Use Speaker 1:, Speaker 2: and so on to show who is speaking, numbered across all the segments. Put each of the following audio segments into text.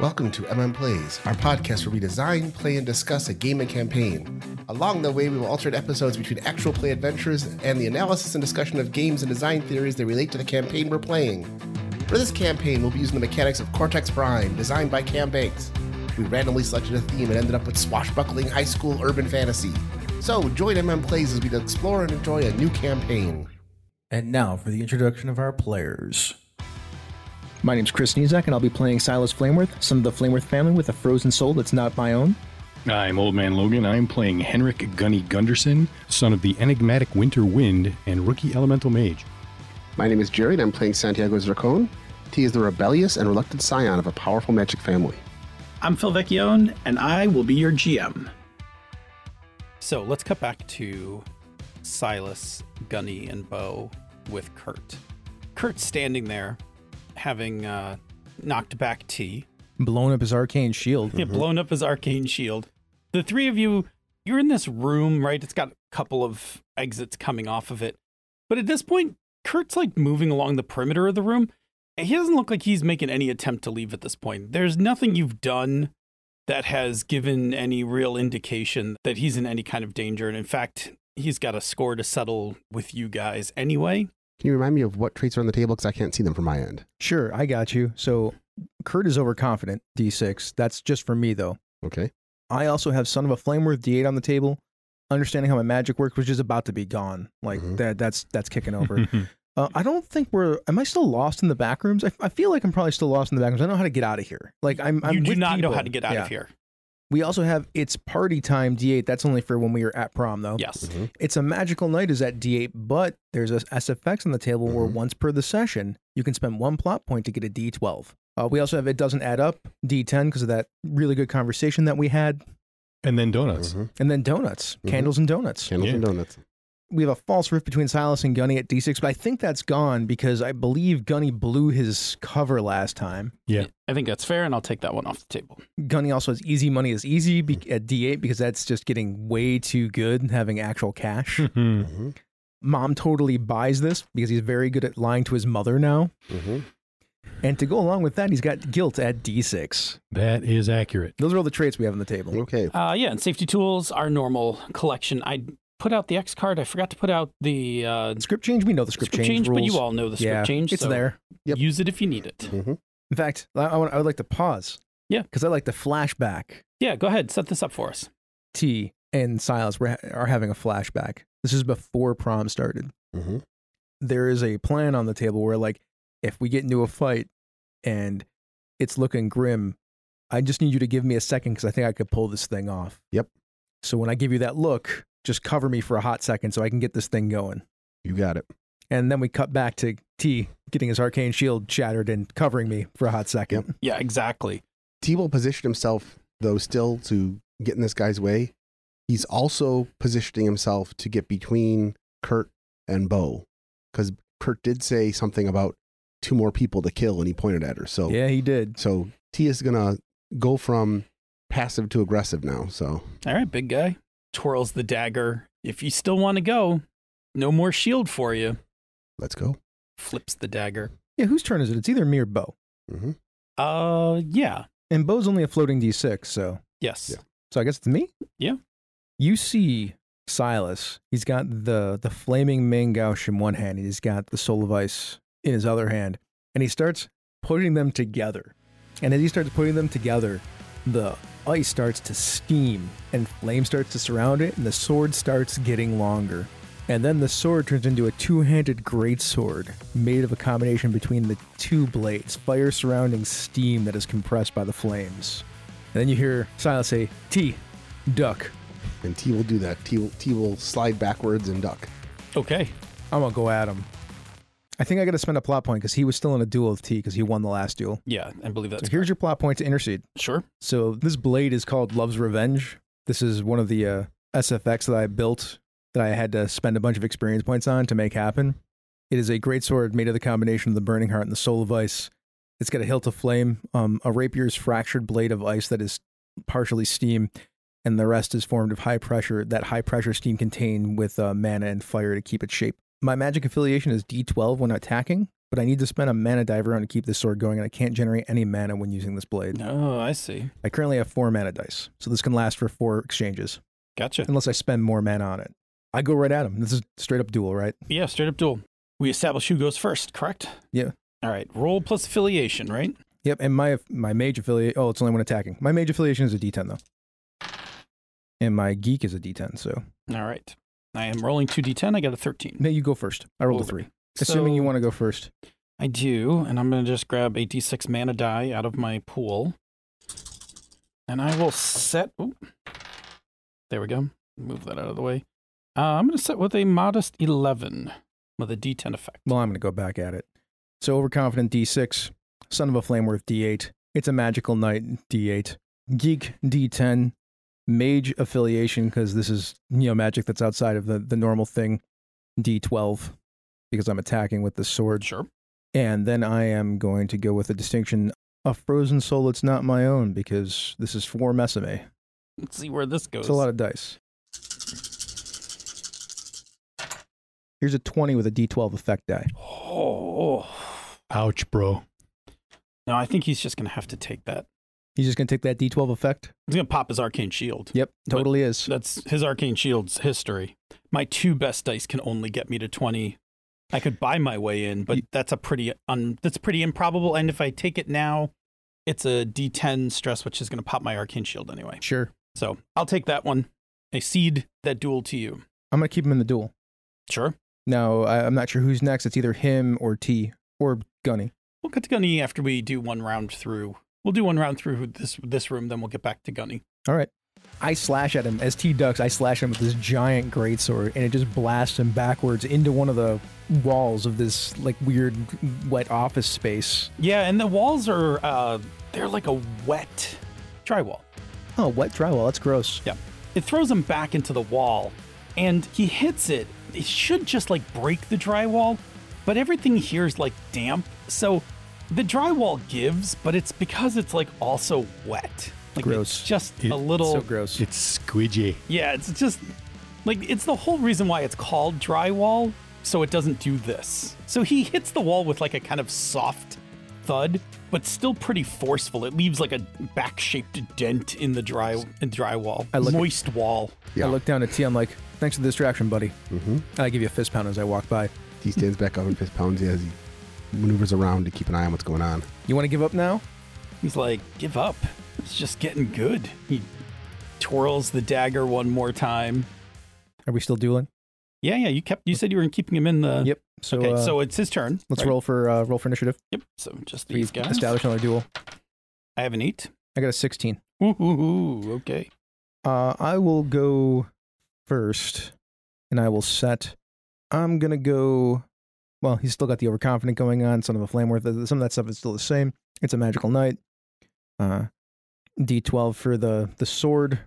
Speaker 1: Welcome to MM Plays, our podcast where we design, play, and discuss a game and campaign. Along the way, we will alternate episodes between actual play adventures and the analysis and discussion of games and design theories that relate to the campaign we're playing. For this campaign, we'll be using the mechanics of Cortex Prime, designed by Cam Banks. We randomly selected a theme and ended up with swashbuckling high school urban fantasy. So join MM Plays as we explore and enjoy a new campaign.
Speaker 2: And now for the introduction of our players.
Speaker 3: My name's Chris Nizak, and I'll be playing Silas Flameworth, son of the Flameworth family with a frozen soul that's not my own.
Speaker 4: I'm Old Man Logan. I'm playing Henrik Gunny Gunderson, son of the enigmatic Winter Wind and rookie elemental mage.
Speaker 1: My name is Jerry, and I'm playing Santiago Zircon. He is the rebellious and reluctant scion of a powerful magic family.
Speaker 5: I'm Phil Vecchione, and I will be your GM.
Speaker 6: So let's cut back to Silas, Gunny, and Bo with Kurt. Kurt's standing there, having uh, knocked back T,
Speaker 2: Blown up his arcane shield.
Speaker 6: yeah, blown up his arcane shield. The three of you, you're in this room, right? It's got a couple of exits coming off of it. But at this point, Kurt's like moving along the perimeter of the room. And he doesn't look like he's making any attempt to leave at this point. There's nothing you've done that has given any real indication that he's in any kind of danger. And in fact, he's got a score to settle with you guys anyway.
Speaker 1: Can you remind me of what traits are on the table? Because I can't see them from my end.
Speaker 2: Sure, I got you. So Kurt is overconfident, D6. That's just for me, though.
Speaker 1: Okay.
Speaker 2: I also have Son of a Flameworth D8 on the table, understanding how my magic works, which is about to be gone. Like,
Speaker 1: Mhm.
Speaker 2: that, that's, that's kicking over. Uh, I don't think we're. Am I still lost in the back rooms? I, I feel like I'm probably still lost in the back rooms. I don't know how to get out of here. Like I'm. I'm
Speaker 6: you do
Speaker 2: with
Speaker 6: not know
Speaker 2: people.
Speaker 6: how to get out
Speaker 2: Yeah.
Speaker 6: of here.
Speaker 2: We also have it's party time D8. That's only for when we are at prom though.
Speaker 6: Yes.
Speaker 2: It's a magical night is at D8, but there's a SFX on the table where
Speaker 1: Mhm.
Speaker 2: once per the session you can spend one plot point to get a D12. Uh, we also have it doesn't add up D10 because of that really good conversation that we had,
Speaker 4: And then donuts.
Speaker 1: Mhm.
Speaker 2: and then donuts,
Speaker 1: Mhm.
Speaker 2: candles and donuts.
Speaker 1: Candles and donuts.
Speaker 2: we have a false rift between Silas and Gunny at D6, but I think that's gone because I believe Gunny blew his cover last time.
Speaker 4: Yeah.
Speaker 6: I think that's fair, and I'll take that one off the table.
Speaker 2: Gunny also has easy money is easy be- at D8 because that's just getting way too good and having actual cash.
Speaker 4: Mhm.
Speaker 1: Mm-hmm.
Speaker 2: Mom totally buys this because he's very good at lying to his mother now.
Speaker 1: Mm-hmm.
Speaker 2: And to go along with that, he's got guilt at D6.
Speaker 4: that is accurate.
Speaker 2: Those are all the traits we have on the table.
Speaker 1: Okay.
Speaker 6: Uh, yeah, and safety tools are normal collection. I put out the X card. I forgot to put out the uh,
Speaker 2: Script change, we know the script,
Speaker 6: script change,
Speaker 2: rules.
Speaker 6: but you all know the script
Speaker 2: yeah,
Speaker 6: change.
Speaker 2: It's
Speaker 6: so
Speaker 2: there.
Speaker 1: Yep.
Speaker 6: Use it if you need it.
Speaker 1: Mm-hmm.
Speaker 2: In fact, I, I, want, I would like to pause.
Speaker 6: Yeah.
Speaker 2: Because I like to flashback
Speaker 6: Yeah, go ahead. Set this up for us.
Speaker 2: T and Silas were, are having a flashback. This is before prom started.
Speaker 1: Mm-hmm.
Speaker 2: There is a plan on the table where, like, if we get into a fight and it's looking grim, I just need you to give me a second because I think I could pull this thing off.
Speaker 1: Yep.
Speaker 2: So when I give you that look, just cover me for a hot second so I can get this thing going.
Speaker 1: You got it.
Speaker 2: And then we cut back to T getting his arcane shield shattered and covering me for a hot second.
Speaker 6: Yeah, exactly.
Speaker 1: T-Will positioned himself, though, still to get in this guy's way. He's also positioning himself to get between Kurt and Bo, because Kurt did say something about two more people to kill, and he pointed at her. So,
Speaker 2: Yeah, he did.
Speaker 1: so T is gonna go from passive to aggressive now. So,
Speaker 6: All right, big guy. Twirls the dagger. If you still want to go, no more shield for you.
Speaker 1: let's go.
Speaker 6: Flips the dagger.
Speaker 2: Yeah, whose turn is it? It's either me or Bo.
Speaker 1: Mm-hmm.
Speaker 6: Uh, yeah.
Speaker 2: And Bo's only a floating d6, so.
Speaker 6: Yes.
Speaker 1: Yeah.
Speaker 2: So I guess it's me.
Speaker 6: Yeah.
Speaker 2: You see Silas. He's got the the flaming mangoush in one hand. and He's got the soul of ice in his other hand, and he starts putting them together. And as he starts putting them together, the ice starts to steam, and flame starts to surround it, and the sword starts getting longer. And then the sword turns into a two-handed greatsword made of a combination between the two blades, fire surrounding steam that is compressed by the flames. And then you hear Silas say, T, duck.
Speaker 1: And T will do that. T will, T will slide backwards and duck.
Speaker 6: Okay.
Speaker 2: I'm going to go at him. I think I got to spend a plot point because he was still in a duel with T because he won the last duel.
Speaker 6: Yeah, I believe that's
Speaker 2: So here's your plot point to intercede.
Speaker 6: sure.
Speaker 2: So this blade is called Love's Revenge. This is one of the uh, SFX that I built that I had to spend a bunch of experience points on to make happen. It is a great sword made of the combination of the Burning Heart and the Soul of Ice. It's got a hilt of flame, um, a rapier's fractured blade of ice that is partially steam, and the rest is formed of high pressure. That high pressure steam contained with uh, mana and fire to keep its shape. My magic affiliation is D12 when attacking, but I need to spend a mana diver on to keep this sword going, and I can't generate any mana when using this blade.
Speaker 6: Oh, I see.
Speaker 2: I currently have four mana dice, so this can last for four exchanges,
Speaker 6: Gotcha.
Speaker 2: unless I spend more mana on it. I go right at him. This is straight up duel, right?
Speaker 6: Yeah, straight up duel. We establish who goes first, correct?
Speaker 2: Yeah.
Speaker 6: All right. Roll plus affiliation, right?
Speaker 2: Yep, and my my mage affiliate. Oh, it's only when attacking. My mage affiliation is a D10 though, and my geek is a D10. So
Speaker 6: All right. I am rolling 2d10. I got a 13.
Speaker 2: no, you go first. I rolled a
Speaker 6: Over.
Speaker 2: three. Assuming you
Speaker 6: So-
Speaker 2: want to go first.
Speaker 6: I do, and I'm going to just grab a d6 mana die out of my pool. And I will set. oop. there we go. Move that out of the way. Uh, I'm going to set with a modest 11 with a d10 effect.
Speaker 2: Well, I'm going to go back at it. So overconfident D6, son of a flameworth D8. It's a magical knight D8, geek D10, mage affiliation because this is you know magic that's outside of the the normal thing. D12 because I'm attacking with the sword.
Speaker 6: Sure.
Speaker 2: And then I am going to go with a distinction a frozen soul that's not my own because this is for Mesame.
Speaker 6: Let's see where this goes.
Speaker 2: It's a lot of dice. Here's a 20 with a d12 effect die.
Speaker 6: Oh.
Speaker 4: Ouch, bro.
Speaker 6: No, I think he's just going to have to take that.
Speaker 2: He's just going to take that d12 effect?
Speaker 6: He's going to pop his arcane shield.
Speaker 2: Yep, totally is.
Speaker 6: That's his arcane shield's history. My two best dice can only get me to twenty. I could buy my way in, but
Speaker 2: Ye-
Speaker 6: that's a pretty un, that's pretty improbable. And if I take it now, it's a D10 stress, which is going to pop my arcane shield anyway.
Speaker 2: Sure.
Speaker 6: So I'll take that one. I cede that duel to you.
Speaker 2: I'm going to keep him in the duel.
Speaker 6: Sure.
Speaker 2: Now, I, I'm not sure who's next. It's either him or T or Gunny.
Speaker 6: We'll cut to Gunny after we do one round through. We'll do one round through this this room, then we'll get back to Gunny.
Speaker 2: All right. I slash at him as T ducks. I slash him with this giant greatsword, and it just blasts him backwards into one of the walls of this like weird wet office space.
Speaker 6: Yeah, and the walls are uh, they're like a wet drywall.
Speaker 2: Oh, wet drywall. That's gross.
Speaker 6: Yeah. It throws him back into the wall, and he hits it. It should just like break the drywall, but everything here is like damp. So the drywall gives, but it's because it's like also wet. Like
Speaker 2: Gross.
Speaker 6: it's just
Speaker 4: It-
Speaker 6: a little
Speaker 2: So gross.
Speaker 4: It's squidgy.
Speaker 6: Yeah, it's just like it's the whole reason why it's called drywall, so it doesn't do this. So he hits the wall with like a kind of soft thud, but still pretty forceful. It leaves like a back-shaped dent in the dry in drywall.
Speaker 2: look at-
Speaker 6: Moist wall.
Speaker 2: I look down at T. I'm like, thanks for the distraction, buddy. Mm-hmm. And I give you a fist pound as I walk by.
Speaker 1: He stands back up and fist pounds as he maneuvers around to keep an eye on what's going on.
Speaker 2: You want to give up now?
Speaker 6: He's like, give up. It's just getting good. He twirls the dagger one more time.
Speaker 2: Are we still dueling?
Speaker 6: Yeah, yeah. You kept. You said you were keeping him in the.
Speaker 2: yep. So,
Speaker 6: okay,
Speaker 2: uh,
Speaker 6: so it's his turn.
Speaker 2: let's
Speaker 6: right?
Speaker 2: roll for uh, roll for initiative.
Speaker 6: Yep. So just
Speaker 2: We
Speaker 6: these guys.
Speaker 2: Establish another duel.
Speaker 6: I have an eight.
Speaker 2: I got a 16.
Speaker 6: Ooh, ooh, ooh, okay.
Speaker 2: Uh, I will go first, and I will set. I'm gonna go. Well, he's still got the overconfident going on. Son of a flameworth. th- Some of that stuff is still the same. It's a magical knight. Uh, D12 for the the sword.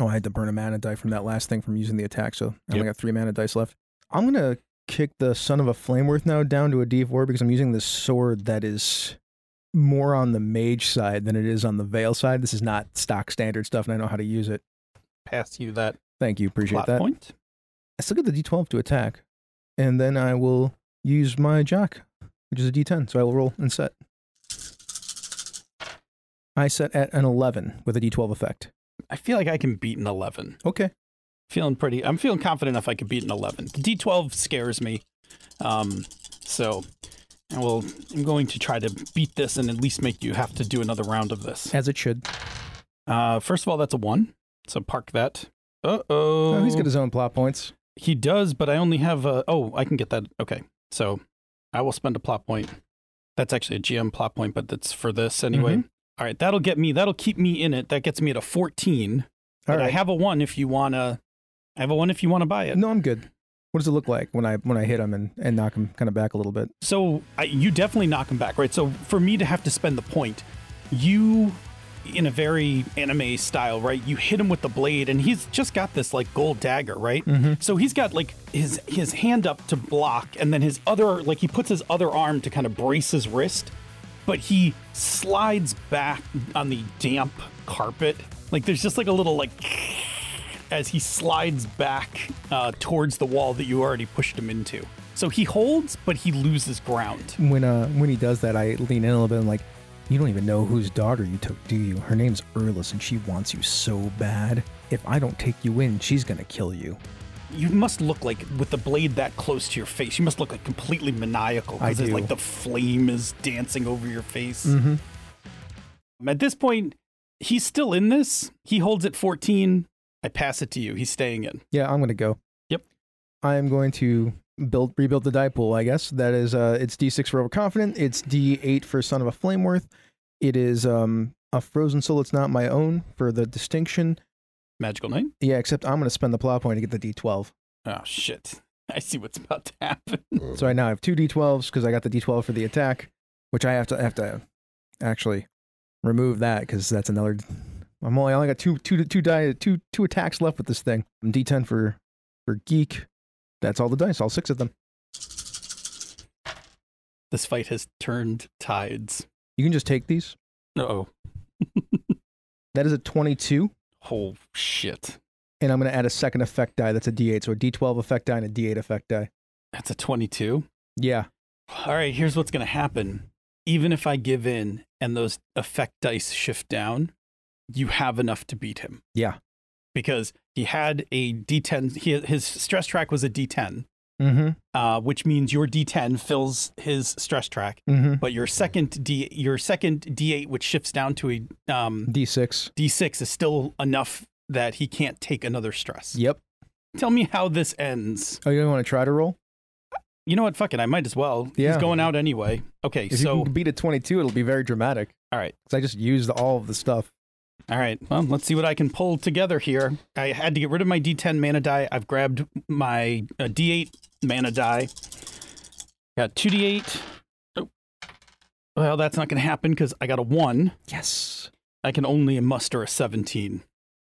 Speaker 2: Oh, I had to burn a mana die from that last thing from using the attack, so I only
Speaker 4: Yep.
Speaker 2: got three mana dice left. I'm gonna kick the son of a flameworth now down to a D4 because I'm using this sword that is more on the mage side than it is on the veil side. This is not stock standard stuff, and I know how to use it.
Speaker 6: Pass you that
Speaker 2: Thank you. Appreciate
Speaker 6: plot
Speaker 2: that.
Speaker 6: point.
Speaker 2: I still get the d12 to attack, and then I will use my jock, which is a d10. So I will roll and set. I set at an 11 with a d12 effect.
Speaker 6: I feel like I can beat an eleven.
Speaker 2: Okay.
Speaker 6: Feeling pretty. I'm feeling confident if I could beat an eleven. The D12 scares me. Um, so. I will. I'm going to try to beat this and at least make you have to do another round of this.
Speaker 2: As it should.
Speaker 6: Uh, first of all, that's a one. So park that. Uh oh.
Speaker 2: Oh, he's got his own plot points.
Speaker 6: He does, but I only have a. Oh, I can get that. Okay. So I will spend a plot point. That's actually a GM plot point, but that's for this anyway. All right. That'll get me. That'll keep me in it. That gets me at a 14.
Speaker 2: All
Speaker 6: but I
Speaker 2: right.
Speaker 6: have a one if you want to. I have a one if you want to buy it.
Speaker 2: No, I'm good. What does it look like when I when I hit him and, and knock him kind of back a little bit?
Speaker 6: So I, you definitely knock him back, right? So for me to have to spend the point, you, in a very anime style, right? You hit him with the blade, and he's just got this like gold dagger, right? So he's got like his his hand up to block, and then his other like he puts his other arm to kind of brace his wrist, but he slides back on the damp carpet. Like there's just like a little like as he slides back uh, towards the wall that you already pushed him into. So he holds, but he loses ground.
Speaker 2: When uh when he does that, I lean in a little bit. and like, you don't even know whose daughter you took, do you? Her name's Erlis, and she wants you so bad. If I don't take you in, she's gonna kill you.
Speaker 6: You must look like with the blade that close to your face. You must look like completely maniacal
Speaker 2: I
Speaker 6: because it's
Speaker 2: do. Mm.
Speaker 6: like the flame is dancing over your face. At this point, he's still in this. He holds at 14. I pass it to you. He's staying in.
Speaker 2: Yeah, I'm gonna go.
Speaker 6: Yep.
Speaker 2: I am going to build rebuild the die pool. I guess that is uh, it's D6 for overconfident. It's D8 for son of a flameworth. It is um a frozen soul. It's not my own for the distinction.
Speaker 6: Magical Knight?
Speaker 2: Yeah, except I'm gonna spend the plot point to get the D12.
Speaker 6: Oh, shit. I see what's about to happen.
Speaker 2: So I now have two D12s because I got the D12 for the attack, which I have to I have to actually remove that because that's another. I'm only I only got two two two die two two attacks left with this thing. D10 for for geek. That's all the dice, all six of them.
Speaker 6: This fight has turned tides.
Speaker 2: You can just take these.
Speaker 6: Uh-oh.
Speaker 2: That is a 22,
Speaker 6: Oh, shit.
Speaker 2: and I'm going to add a second effect die. That's a D8, so a D12 effect die and a D8 effect die.
Speaker 6: That's a 22.
Speaker 2: Yeah,
Speaker 6: All right, here's what's going to happen. Even if I give in and those effect dice shift down, you have enough to beat him.
Speaker 2: Yeah.
Speaker 6: Because he had a D10. He, his stress track was a D10,
Speaker 2: mm-hmm,
Speaker 6: uh, which means your D10 fills his stress track.
Speaker 2: mm-hmm.
Speaker 6: But your second D, your second D8, which shifts down to a um,
Speaker 2: D6.
Speaker 6: D6, is still enough that he can't take another stress.
Speaker 2: Yep.
Speaker 6: Tell me how this ends.
Speaker 2: Oh, you don't want to try to roll?
Speaker 6: You know what? Fuck it. I might as well.
Speaker 2: Yeah.
Speaker 6: He's going out anyway. Okay.
Speaker 2: If
Speaker 6: so
Speaker 2: you can beat a 22, it'll be very dramatic.
Speaker 6: All right.
Speaker 2: because I just used all of the stuff.
Speaker 6: All right. Well, let's see what I can pull together here. I had to get rid of my D10 mana die. I've grabbed my uh, D8 mana die. Got 2D8. Oh. Well, that's not going to happen because I got a 1.
Speaker 2: Yes.
Speaker 6: I can only muster a 17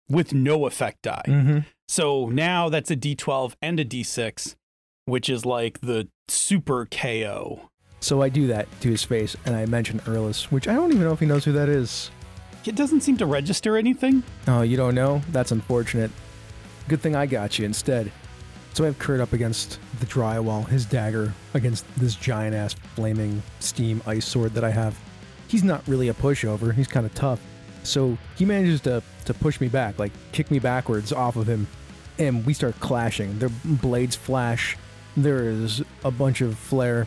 Speaker 6: with no effect die.
Speaker 2: Mm-hmm.
Speaker 6: So now that's a D12 and a D6, which is like the super KO.
Speaker 2: So I do that to his face, and I mention Erlis, which I don't even know if he knows who that is.
Speaker 6: It doesn't seem to register anything.
Speaker 2: Oh, you don't know? That's unfortunate. Good thing I got you instead. So I have Kurt up against the drywall, his dagger against this giant ass flaming steam ice sword that I have. He's not really a pushover, he's kind of tough. So he manages to, to push me back, like kick me backwards off of him, and we start clashing. Their blades flash. There is a bunch of flare.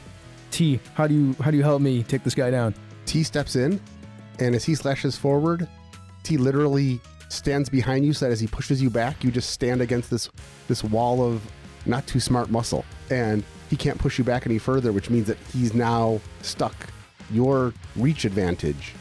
Speaker 2: T, how do you how do you help me take this guy down?
Speaker 1: T steps in, and as he slashes forward, T literally stands behind you so that as he pushes you back, you just stand against this this wall of not too smart muscle. And he can't push you back any further, which means that he's now stuck. Your reach advantage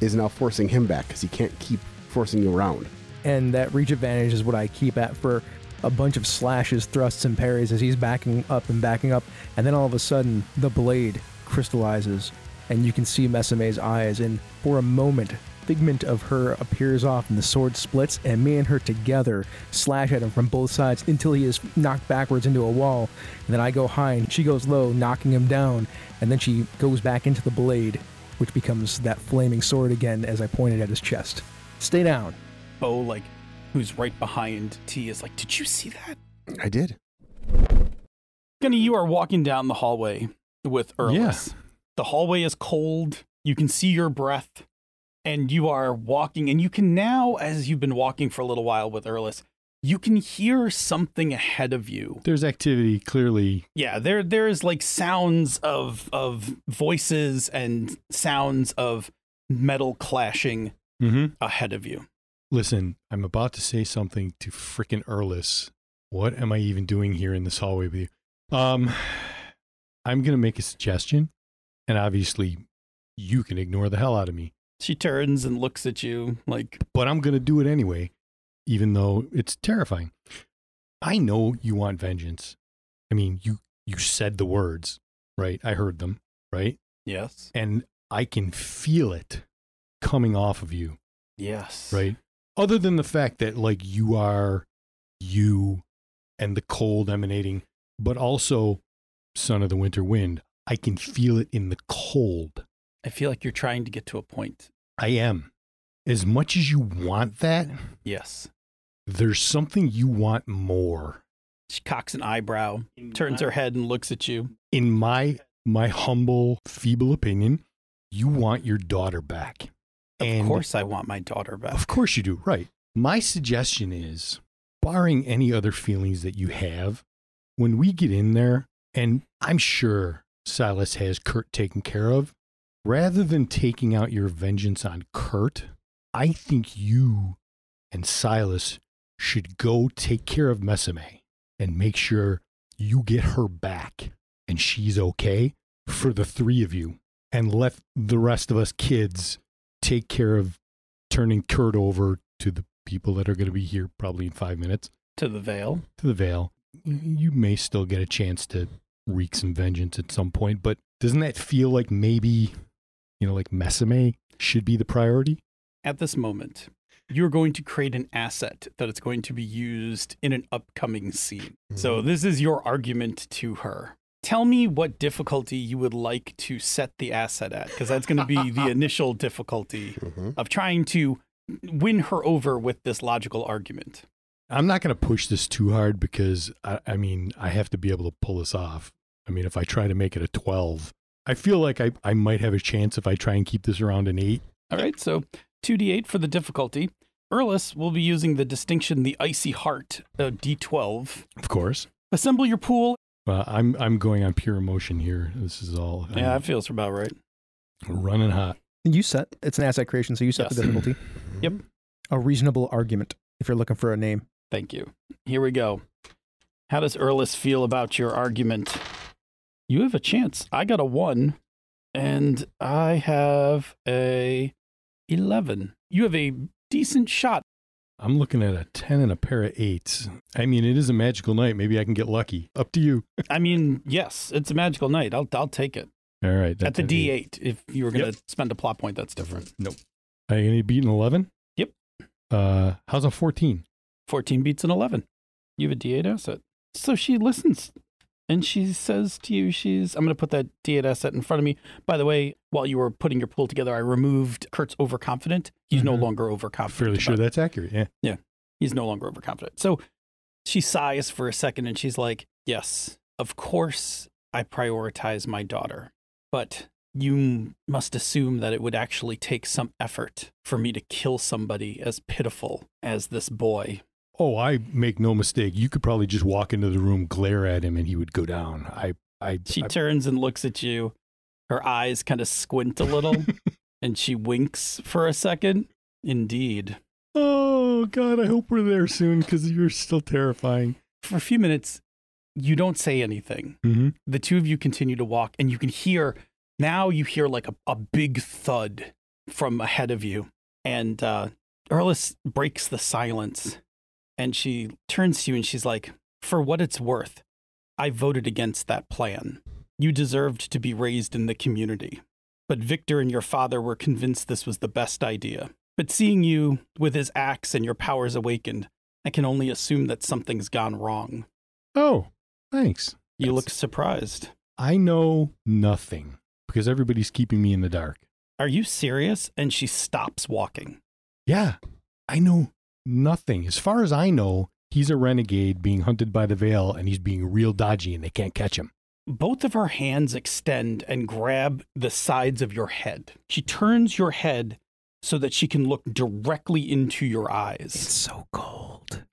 Speaker 1: is now forcing him back because he can't keep forcing you around.
Speaker 2: and that reach advantage is what I keep at for a bunch of slashes, thrusts, and parries as he's backing up and backing up, and then all of a sudden the blade crystallizes, and you can see Mesame's eyes, and for a moment, figment of her appears off, and the sword splits, and me and her together slash at him from both sides until he is knocked backwards into a wall, and then I go high, and she goes low, knocking him down, and then she goes back into the blade, which becomes that flaming sword again as I pointed at his chest. Stay down.
Speaker 6: Bo, like, who's right behind T, is like, Did you see that?
Speaker 1: I did.
Speaker 6: Gunny, you are walking down the hallway with Erlis. The hallway is cold. You can see your breath, and you are walking. And you can now, as you've been walking for a little while with Erlis, you can hear something ahead of you.
Speaker 4: There's activity clearly.
Speaker 6: Yeah, there there is like sounds of of voices and sounds of metal clashing
Speaker 4: Mm-hmm.
Speaker 6: ahead of you.
Speaker 4: Listen, I'm about to say something to frickin' Erlis. What am I even doing here in this hallway with you? Um, I'm gonna make a suggestion, and obviously, you can ignore the hell out of me.
Speaker 6: She turns and looks at you like
Speaker 4: but I'm going to do it anyway, even though it's terrifying. I know you want vengeance. I mean, you you said the words, right? I heard them, right?
Speaker 6: yes,
Speaker 4: And I can feel it coming off of you,
Speaker 6: yes,
Speaker 4: right? Other than the fact that like you are you and the cold emanating, but also son of the winter wind, I can feel it in the cold.
Speaker 6: I feel like you're trying to get to a point.
Speaker 4: I am. As much as you want that,
Speaker 6: Yes.
Speaker 4: there's something you want more.
Speaker 6: She cocks an eyebrow, turns her head, and looks at you.
Speaker 4: in my my humble feeble opinion you want your daughter back
Speaker 6: Of
Speaker 4: And-
Speaker 6: course, I want my daughter back.
Speaker 4: of course you do right my suggestion is barring any other feelings that you have when we get in there and i'm sure silas has kurt taken care of rather than taking out your vengeance on kurt i think you and silas should go take care of mesame and make sure you get her back and she's okay for the three of you and let the rest of us kids take care of turning Kurt over to the people that are going to be here probably in five minutes
Speaker 6: To the veil.
Speaker 4: to the Vale. You may still get a chance to wreak some vengeance at some point, but doesn't that feel like maybe, you know, like Mesame should be the priority?
Speaker 6: At this moment, you're going to create an asset that is going to be used in an upcoming scene. So,
Speaker 4: Mm-hmm.
Speaker 6: this is your argument to her. Tell me what difficulty you would like to set the asset at, because that's going to be the initial difficulty
Speaker 4: Mm-hmm.
Speaker 1: Mhm.
Speaker 6: of trying to win her over with this logical argument.
Speaker 4: I'm not going to push this too hard because I, I mean, I have to be able to pull this off. I mean, if I try to make it a 12, I feel like I, I might have a chance if I try and keep this around an eight.
Speaker 6: All right, so 2d8 for the difficulty. Erlis will be using the distinction the icy heart, uh, d12.
Speaker 4: Of course.
Speaker 6: Assemble your pool.
Speaker 4: Uh, I'm I'm going on pure emotion here. This is all I'm
Speaker 6: Yeah, that feels about right.
Speaker 4: running hot.
Speaker 2: You set it's an asset creation, so you set the
Speaker 6: Yes.
Speaker 2: difficulty.
Speaker 6: Yep.
Speaker 2: A reasonable argument if you're looking for a name.
Speaker 6: Thank you. Here we go. How does Erlis feel about your argument? You have a chance. I got a one, and I have a eleven. You have a decent shot.
Speaker 4: I'm looking at a 10 and a pair of eights. I mean, it is a magical night. Maybe I can get lucky. Up to you.
Speaker 6: I mean, yes, it's a magical night. I'll I'll take it.
Speaker 4: All right.
Speaker 6: At
Speaker 4: that's
Speaker 6: the
Speaker 4: an
Speaker 6: D
Speaker 4: eight.
Speaker 6: eight, if you were gonna spend a plot point, that's different.
Speaker 4: Nope. I need to beat an 11?
Speaker 6: Yep.
Speaker 4: Uh, how's a 14?
Speaker 6: Fourteen beats an eleven. You have a D eight asset. So she listens and she says to you, she's I'm gonna put that D eight asset in front of me. By the way, while you were putting your pool together, I removed Kurt's overconfident. He's no
Speaker 4: Mhm.
Speaker 6: longer
Speaker 4: I'm
Speaker 6: overconfident.
Speaker 4: fairly sure
Speaker 6: about-
Speaker 4: that's accurate. Yeah.
Speaker 6: he's no longer overconfident. So she sighs for a second and she's like, Yes, of course I prioritize my daughter, but you m- must assume that it would actually take some effort for me to kill somebody as pitiful as this boy.
Speaker 4: Oh, I make no mistake. You could probably just walk into the room, glare at him, and he would go down. I, I,
Speaker 6: She
Speaker 4: I-
Speaker 6: turns and looks at you. Her eyes kind of squint a little and she winks for a second. Indeed.
Speaker 4: oh, God. I hope we're there soon because you're still terrifying.
Speaker 6: For a few minutes, you don't say anything.
Speaker 4: Mm-hmm.
Speaker 6: the two of you continue to walk and you can hear now you hear like a, a big thud from ahead of you and uh Erlis breaks the silence and she turns to you and she's like for what it's worth i voted against that plan you deserved to be raised in the community but victor and your father were convinced this was the best idea but seeing you with his axe and your powers awakened i can only assume that something's gone wrong
Speaker 4: Oh, thanks.
Speaker 6: you
Speaker 4: That's-
Speaker 6: look surprised
Speaker 4: I know nothing because everybody's keeping me in the dark.
Speaker 6: Are you serious? And she stops walking.
Speaker 4: Yeah, I know nothing. As far as I know, he's a renegade being hunted by the veil and he's being real dodgy and they can't catch him.
Speaker 6: Both of her hands extend and grab the sides of your head. She turns your head so that she can look directly into your eyes.
Speaker 2: so cold.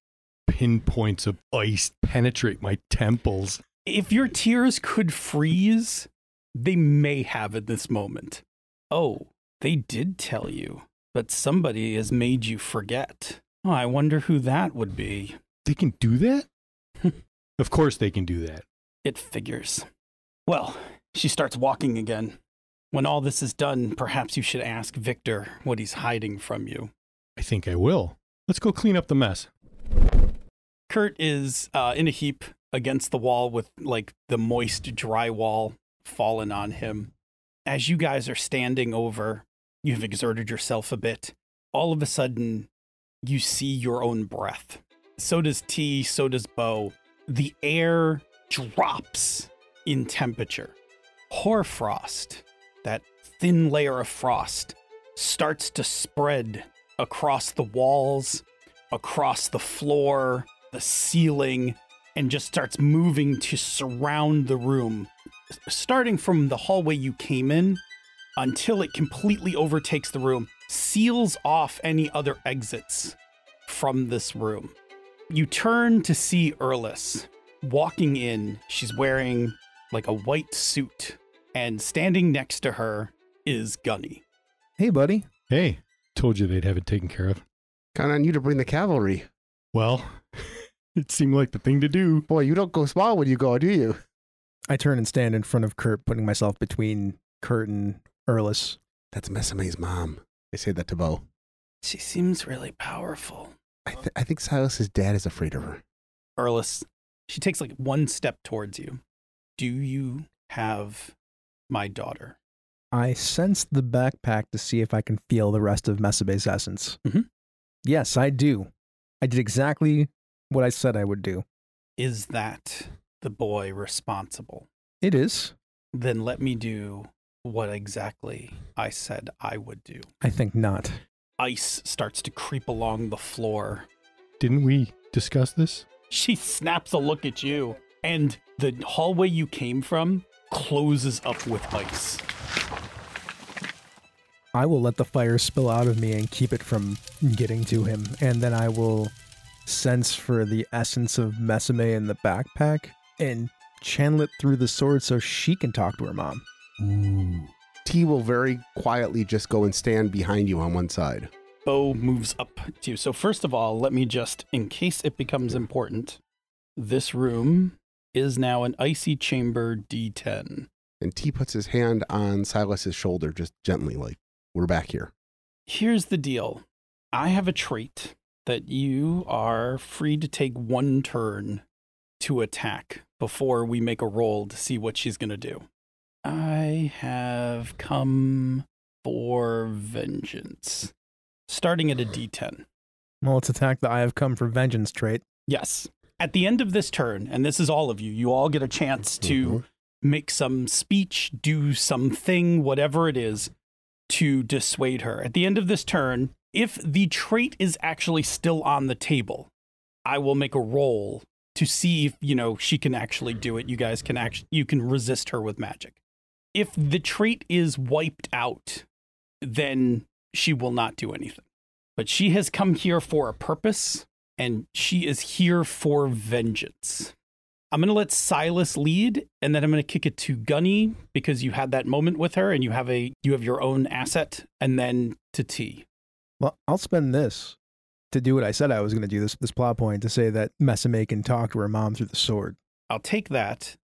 Speaker 4: Pinpoints of ice penetrate my temples.
Speaker 6: If your tears could freeze, they may have at this moment. Oh, they did tell you, but somebody has made you forget. Oh, I wonder who that would be.
Speaker 4: They can do that? of course they can do that.
Speaker 6: It figures. Well, she starts walking again. When all this is done, perhaps you should ask Victor what he's hiding from you.
Speaker 4: I think I will. Let's go clean up the mess.
Speaker 6: Kurt is uh, in a heap against the wall with like the moist drywall fallen on him. As you guys are standing over, you've exerted yourself a bit. All of a sudden, you see your own breath. So does T, so does Bo. The air drops in temperature. Hoarfrost, that thin layer of frost, starts to spread across the walls, across the floor, the ceiling, and just starts moving to surround the room, s- starting from the hallway you came in until it completely overtakes the room, seals off any other exits from this room. You turn to see Erlis walking in. She's wearing like a white suit, and standing next to her is Gunny.
Speaker 2: Hey, buddy.
Speaker 4: Hey, told you they'd have it taken care of.
Speaker 1: Count on you to bring the cavalry.
Speaker 4: Well, it seemed like the thing to do.
Speaker 1: Boy, you don't go small when you go, do you?
Speaker 2: I turn and stand in front of Kurt, putting myself between Kurt and Erlis.
Speaker 1: That's Mesame's mom. I say that to Bo.
Speaker 6: She seems really powerful.
Speaker 1: I, th- I think Silas's dad is afraid of her.
Speaker 6: Erlis, she takes like one step towards you. Do you have my daughter?
Speaker 2: I sense the backpack to see if I can feel the rest of Mesabe's essence.
Speaker 6: Mhm.
Speaker 2: Yes, I do. I did exactly what I said I would do.
Speaker 6: Is that the boy responsible?
Speaker 2: It is.
Speaker 6: Then let me do what exactly I said I would do.
Speaker 2: I think not.
Speaker 6: Ice starts to creep along the floor.
Speaker 4: Didn't we discuss this?
Speaker 6: She snaps a look at you, and the hallway you came from closes up with ice.
Speaker 2: I will let the fire spill out of me and keep it from getting to him, and then I will sense for the essence of Mesame in the backpack and channel it through the sword so she can talk to her mom.
Speaker 1: T will very quietly just go and stand behind you on one side.
Speaker 6: Bo moves up to you. So, first of all, let me just, in case it becomes important, this room is now an icy chamber D10.
Speaker 1: And T puts his hand on Silas's shoulder just gently, like, we're back here.
Speaker 6: Here's the deal I have a trait that you are free to take one turn to attack before we make a roll to see what she's going to do. I have come for vengeance, starting at a D10.
Speaker 2: Well, let's attack the I have come for vengeance trait.
Speaker 6: Yes. At the end of this turn, and this is all of you, you all get a chance to make some speech, do something, whatever it is, to dissuade her. At the end of this turn, if the trait is actually still on the table, I will make a roll to see if, you know, she can actually do it. You guys can actually, you can resist her with magic. If the trait is wiped out, then she will not do anything. But she has come here for a purpose and she is here for vengeance. I'm going to let Silas lead and then I'm going to kick it to Gunny because you had that moment with her and you have a you have your own asset and then to T.
Speaker 2: Well, I'll spend this to do what I said I was going to do this this plot point to say that Mesame can talk to her mom through the sword.
Speaker 6: I'll take that.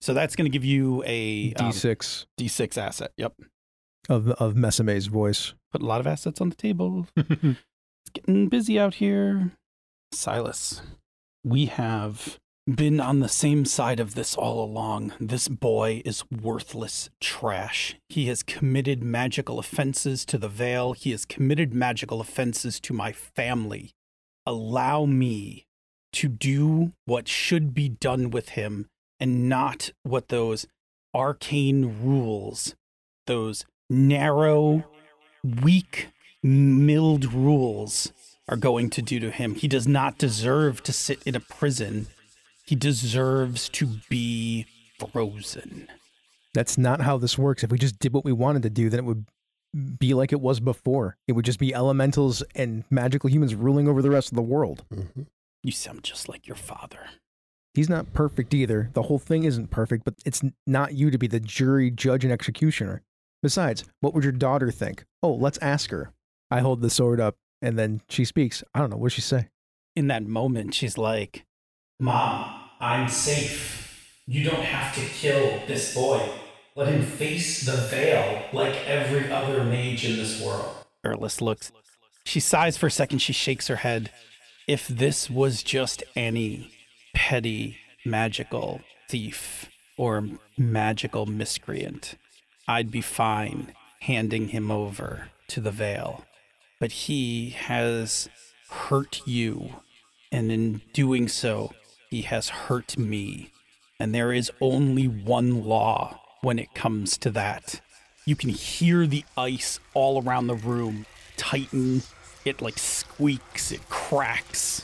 Speaker 6: So that's going to give you a um,
Speaker 2: D6
Speaker 6: D6 asset. Yep.
Speaker 2: of of Mesame's voice.
Speaker 6: Put a lot of assets on the table. It's getting busy out here. Silas, we have been on the same side of this all along. This boy is worthless trash. He has committed magical offenses to the veil, he has committed magical offenses to my family. Allow me to do what should be done with him and not what those arcane rules, those narrow, weak, milled rules are going to do to him. He does not deserve to sit in a prison. He deserves to be frozen.
Speaker 2: That's not how this works. If we just did what we wanted to do, then it would be like it was before. It would just be elementals and magical humans ruling over the rest of the world.
Speaker 1: Mm-hmm.
Speaker 6: You sound just like your father.
Speaker 2: He's not perfect either. The whole thing isn't perfect, but it's n- not you to be the jury, judge, and executioner. Besides, what would your daughter think? Oh, let's ask her. I hold the sword up, and then she speaks. I don't know. What does she say?
Speaker 6: In that moment, she's like, Mom, I'm safe. You don't have to kill this boy. Let him face the veil like every other mage in this world. Erlis looks. She sighs for a second. She shakes her head. If this was just any petty magical thief or magical miscreant, I'd be fine handing him over to the veil. But he has hurt you, and in doing so, he has hurt me. And there is only one law when it comes to that. You can hear the ice all around the room tighten. It like squeaks, it cracks.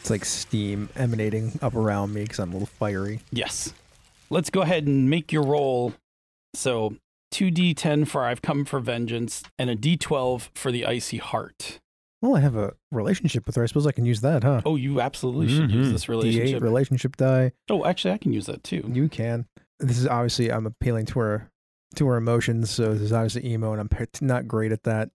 Speaker 2: It's like steam emanating up around me because I'm a little fiery.
Speaker 6: Yes. Let's go ahead and make your roll. So 2d10 for I've Come for Vengeance and a d12 for the Icy Heart.
Speaker 2: Well, I have a relationship with her. I suppose I can use that, huh?
Speaker 6: Oh, you absolutely should use
Speaker 4: Mhm.
Speaker 6: this
Speaker 2: D8
Speaker 6: Oh, relationship.
Speaker 2: relationship die.
Speaker 6: oh, actually, I can use that too.
Speaker 2: You can. This is obviously I'm appealing to her to her emotions, so this is obviously emo, and I'm p- not great at that.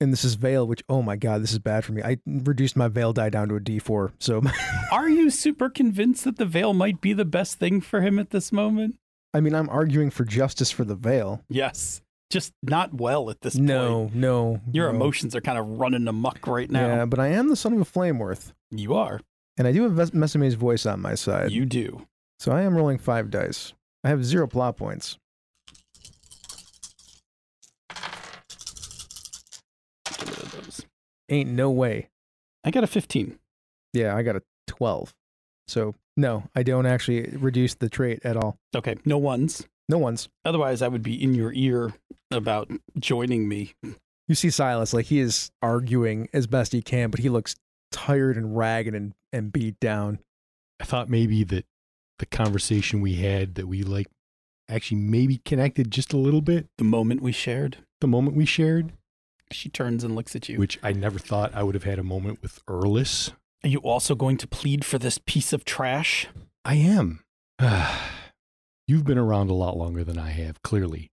Speaker 2: and this is veil, which oh my god, this is bad for me. I reduced my veil die down to a D4, so
Speaker 6: Are you super convinced that the veil might be the best thing for him at this moment?
Speaker 2: I mean I'm arguing for justice for the veil.
Speaker 6: Yes. Just not well at this point.
Speaker 2: No, no,
Speaker 6: Your
Speaker 2: no.
Speaker 6: emotions are kind of running amok right now.
Speaker 2: Yeah, but I am the son of a Flameworth,
Speaker 6: You are.
Speaker 2: and I do have Ves- Mesame's voice on my side,
Speaker 6: You do.
Speaker 2: so I am rolling five dice. I have zero plot points.
Speaker 6: Get rid of those.
Speaker 2: Ain't no way.
Speaker 6: I got a 15.
Speaker 2: Yeah, I got a 12. So, no, I don't actually reduce the trait at all.
Speaker 6: Okay. No ones.
Speaker 2: No one's.
Speaker 6: Otherwise, I would be in your ear about joining me.
Speaker 2: You see Silas, like, he is arguing as best he can, but he looks tired and ragged and, and beat down.
Speaker 4: I thought maybe that the conversation we had that we like actually maybe connected just a little bit
Speaker 6: The moment we shared,
Speaker 4: the moment we shared,
Speaker 6: she turns and looks at you.
Speaker 4: which I never thought I would have had a moment with Earlis.
Speaker 6: Are you also going to plead for this piece of trash?
Speaker 4: I am. You've been around a lot longer than I have, clearly.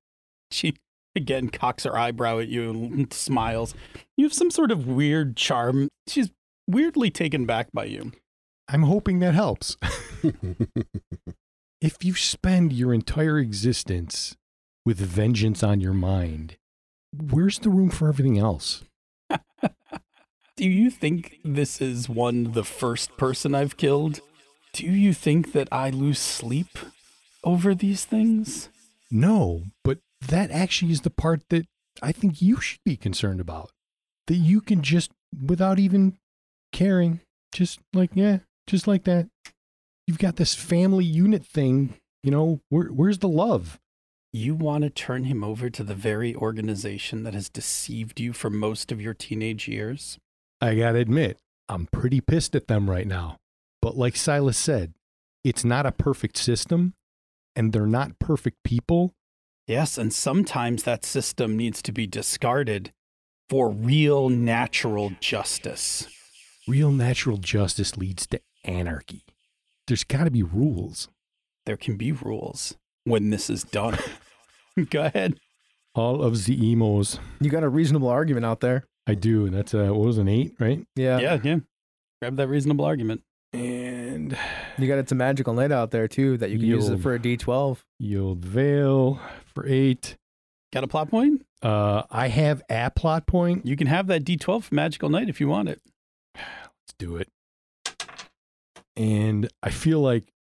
Speaker 6: She again cocks her eyebrow at you and smiles. You have some sort of weird charm. She's weirdly taken back by you.
Speaker 4: I'm hoping that helps. if you spend your entire existence with vengeance on your mind, where's the room for everything else?
Speaker 6: Do you think this is one the first person I've killed? Do you think that I lose sleep over these things?
Speaker 4: No, but that actually is the part that I think you should be concerned about. That you can just, without even caring, just like, yeah, just like that. You've got this family unit thing. You know, where, where's the love?
Speaker 6: You want to turn him over to the very organization that has deceived you for most of your teenage years?
Speaker 4: I gotta admit, I'm pretty pissed at them right now. But like Silas said, it's not a perfect system, and they're not perfect people.
Speaker 6: Yes, and sometimes that system needs to be discarded for real natural justice.
Speaker 4: Real natural justice leads to anarchy. There's gotta be rules.
Speaker 6: There can be rules when this is done. Go ahead.
Speaker 4: All of the emos.
Speaker 2: You got a reasonable argument out there.
Speaker 4: I do, and that's a, what was an eight, right?
Speaker 2: Yeah.
Speaker 6: yeah, yeah. Grab that reasonable argument.
Speaker 4: And
Speaker 2: You got it's a magical knight out there, too, that you can use it
Speaker 4: Yield.
Speaker 2: for a D12.
Speaker 4: Yield Veil for eight.
Speaker 6: Got a plot point?
Speaker 4: Uh, I have a plot point.
Speaker 6: You can have that D12 for Magical Knight if you want it.
Speaker 4: let's do it. And I feel like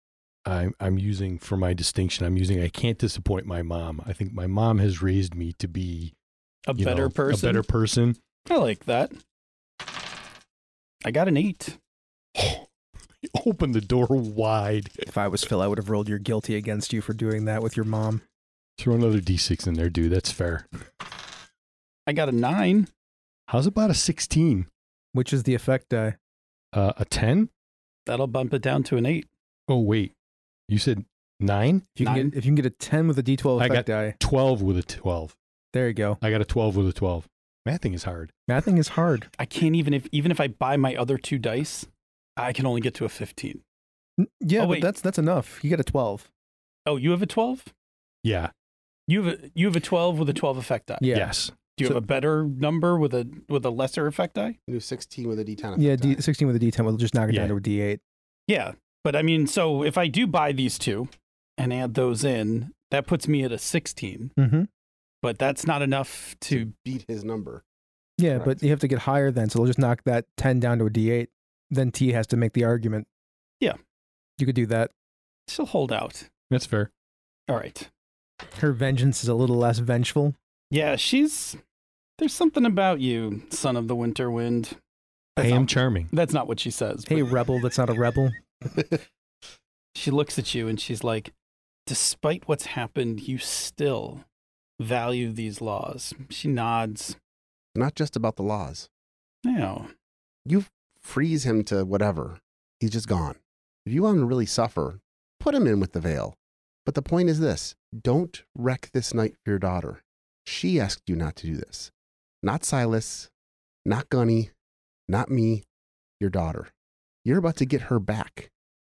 Speaker 4: I'm, I'm using for my distinction, I'm using I can't disappoint my mom. I think my mom has raised me to be
Speaker 6: A
Speaker 4: you
Speaker 6: better
Speaker 4: know,
Speaker 6: person.
Speaker 4: A better person.
Speaker 6: I like that. I got an eight.
Speaker 4: Open the door wide.
Speaker 2: If I was Phil, I would have rolled your guilty against you for doing that with your mom.
Speaker 4: Throw another D6 in there, dude. That's fair.
Speaker 6: I got a nine.
Speaker 4: How's about a 16?
Speaker 2: Which is the effect die.
Speaker 4: Uh, a 10?
Speaker 6: That'll bump it down to an eight.
Speaker 4: Oh, wait. You said 9?
Speaker 2: If you, can
Speaker 6: Nine.
Speaker 2: get, if you can get a 10 with a D12
Speaker 4: I
Speaker 2: effect
Speaker 4: got-
Speaker 2: die,
Speaker 4: 12 with a 12.
Speaker 2: there you go.
Speaker 4: I got a 12 with a 12. Mathing is hard.
Speaker 2: Mathing is hard.
Speaker 6: I can't even if even if I buy my other two dice, I can only get to a fifteen.
Speaker 2: N- Yeah,
Speaker 6: Oh,
Speaker 2: but
Speaker 6: wait.
Speaker 2: that's that's enough. You get a 12.
Speaker 6: Oh, you have a twelve.
Speaker 4: Yeah.
Speaker 6: You have a you have a twelve with a twelve effect die.
Speaker 2: Yeah.
Speaker 4: Yes.
Speaker 6: Do you
Speaker 2: So-
Speaker 6: have a better number with a with a lesser effect die?
Speaker 1: You do 16 with a D10.
Speaker 2: Yeah,
Speaker 1: effect die.
Speaker 2: D- 16 with a D10 will just knock it
Speaker 4: Yeah.
Speaker 2: down to a D8.
Speaker 6: Yeah, but I mean, so if I do buy these two and add those in, that puts me at a sixteen.
Speaker 2: Mm-hmm.
Speaker 6: But that's not enough to.
Speaker 1: beat his number.
Speaker 2: Yeah,
Speaker 1: Correct.
Speaker 2: but you have to get higher then, so they'll just knock that 10 down to a D8. Then T has to make the argument.
Speaker 6: Yeah.
Speaker 2: You could do that.
Speaker 6: Still hold out.
Speaker 4: That's fair.
Speaker 6: All right.
Speaker 2: Her vengeance is a little less vengeful.
Speaker 6: Yeah, she's. There's something about you, son of the winter wind.
Speaker 4: I am charming.
Speaker 6: That's not what she says.
Speaker 2: Hey, rebel that's not a rebel.
Speaker 6: She looks at you and she's like, Despite what's happened, you still value these laws. She nods.
Speaker 1: Not just about the laws.
Speaker 6: No.
Speaker 1: You've freeze him to whatever. He's just gone. If you want him to really suffer, put him in with the veil. But the point is this don't wreck this night for your daughter. She asked you not to do this. Not Silas, not Gunny, not me, your daughter. You're about to get her back.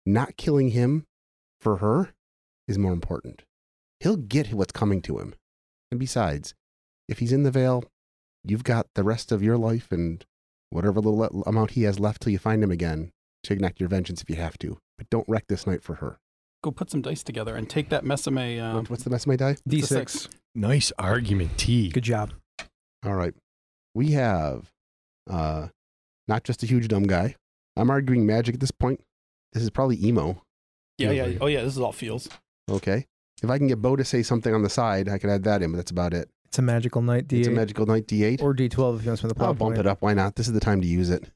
Speaker 1: Not killing him for her is more important. He'll get what's coming to him. And besides, if he's in the veil, you've got the rest of your life and whatever little le- amount he has left till you find him again to enact your vengeance if you have to. But don't wreck this night for her.
Speaker 6: Go put some dice together and take that Mesame. Um,
Speaker 1: What- What's the mess of my die?
Speaker 6: it's a
Speaker 2: D6.
Speaker 4: Nice argument, T.
Speaker 2: Good job.
Speaker 1: All right. We have uh, not just a huge dumb guy. I'm arguing magic at this point. This is probably emo.
Speaker 4: Yeah,
Speaker 6: yeah, yeah.
Speaker 4: yeah.
Speaker 6: Oh, yeah. This is all feels.
Speaker 1: Okay. If I can get Bo to say something on the side, I can add that in, but that's about it.
Speaker 2: It's a magical night, D8.
Speaker 1: It's a magical night D8.
Speaker 2: or D12 if you want to spend the plot
Speaker 1: I'll bump
Speaker 2: point.
Speaker 1: it up. Why not? This is the time to use it.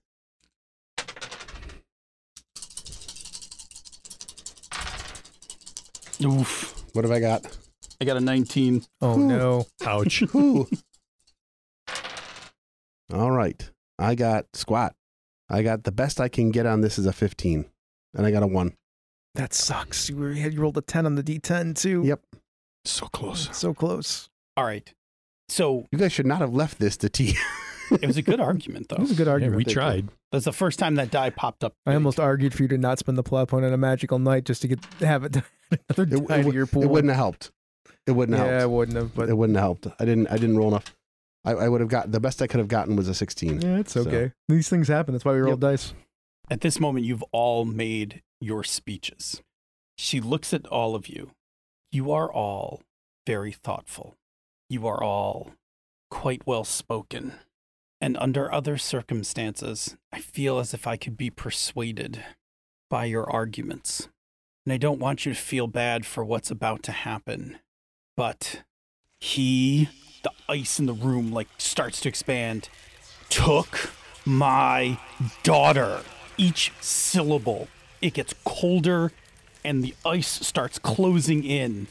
Speaker 6: Oof.
Speaker 1: What have I got?
Speaker 6: I got a 19.
Speaker 2: Oh,
Speaker 1: Ooh.
Speaker 2: no.
Speaker 4: Ouch.
Speaker 1: Who? All right. I got squat. I got the best I can get on this is a 15, and I got a 1.
Speaker 2: That sucks. You, were, you rolled a 10 on the D10, too.
Speaker 1: Yep.
Speaker 4: so close.
Speaker 2: So close.
Speaker 6: All right. So
Speaker 1: You guys should not have left this to T.
Speaker 6: it was a good argument,
Speaker 2: That
Speaker 6: though.
Speaker 2: was a good
Speaker 4: Oh, Yeah,
Speaker 2: argument.
Speaker 4: we tried.
Speaker 6: That's the first time that die popped up.
Speaker 2: I almost argued for you to not spend the plot point on a magical night just to get have it another
Speaker 1: It- it
Speaker 2: die to
Speaker 1: would-
Speaker 2: your pool.
Speaker 1: It wouldn't have helped. It wouldn't have
Speaker 2: yeah, it
Speaker 1: helped.
Speaker 2: wouldn't have. But
Speaker 1: it wouldn't have helped. I didn't. I didn't roll enough. I, I would have got the best I could have gotten was a 16.
Speaker 2: yeah, it's
Speaker 1: So-
Speaker 2: okay. These things happen. That's why we roll
Speaker 1: Yep.
Speaker 2: dice.
Speaker 6: At this moment, you've all made your speeches. She looks at all of you. You are all very thoughtful. You are all quite well spoken. And under other circumstances, I feel as if I could be persuaded by your arguments. And I don't want you to feel bad for what's about to happen. But he, the ice in the room, like starts to expand, took my daughter. Each syllable, it gets colder and the ice starts closing in.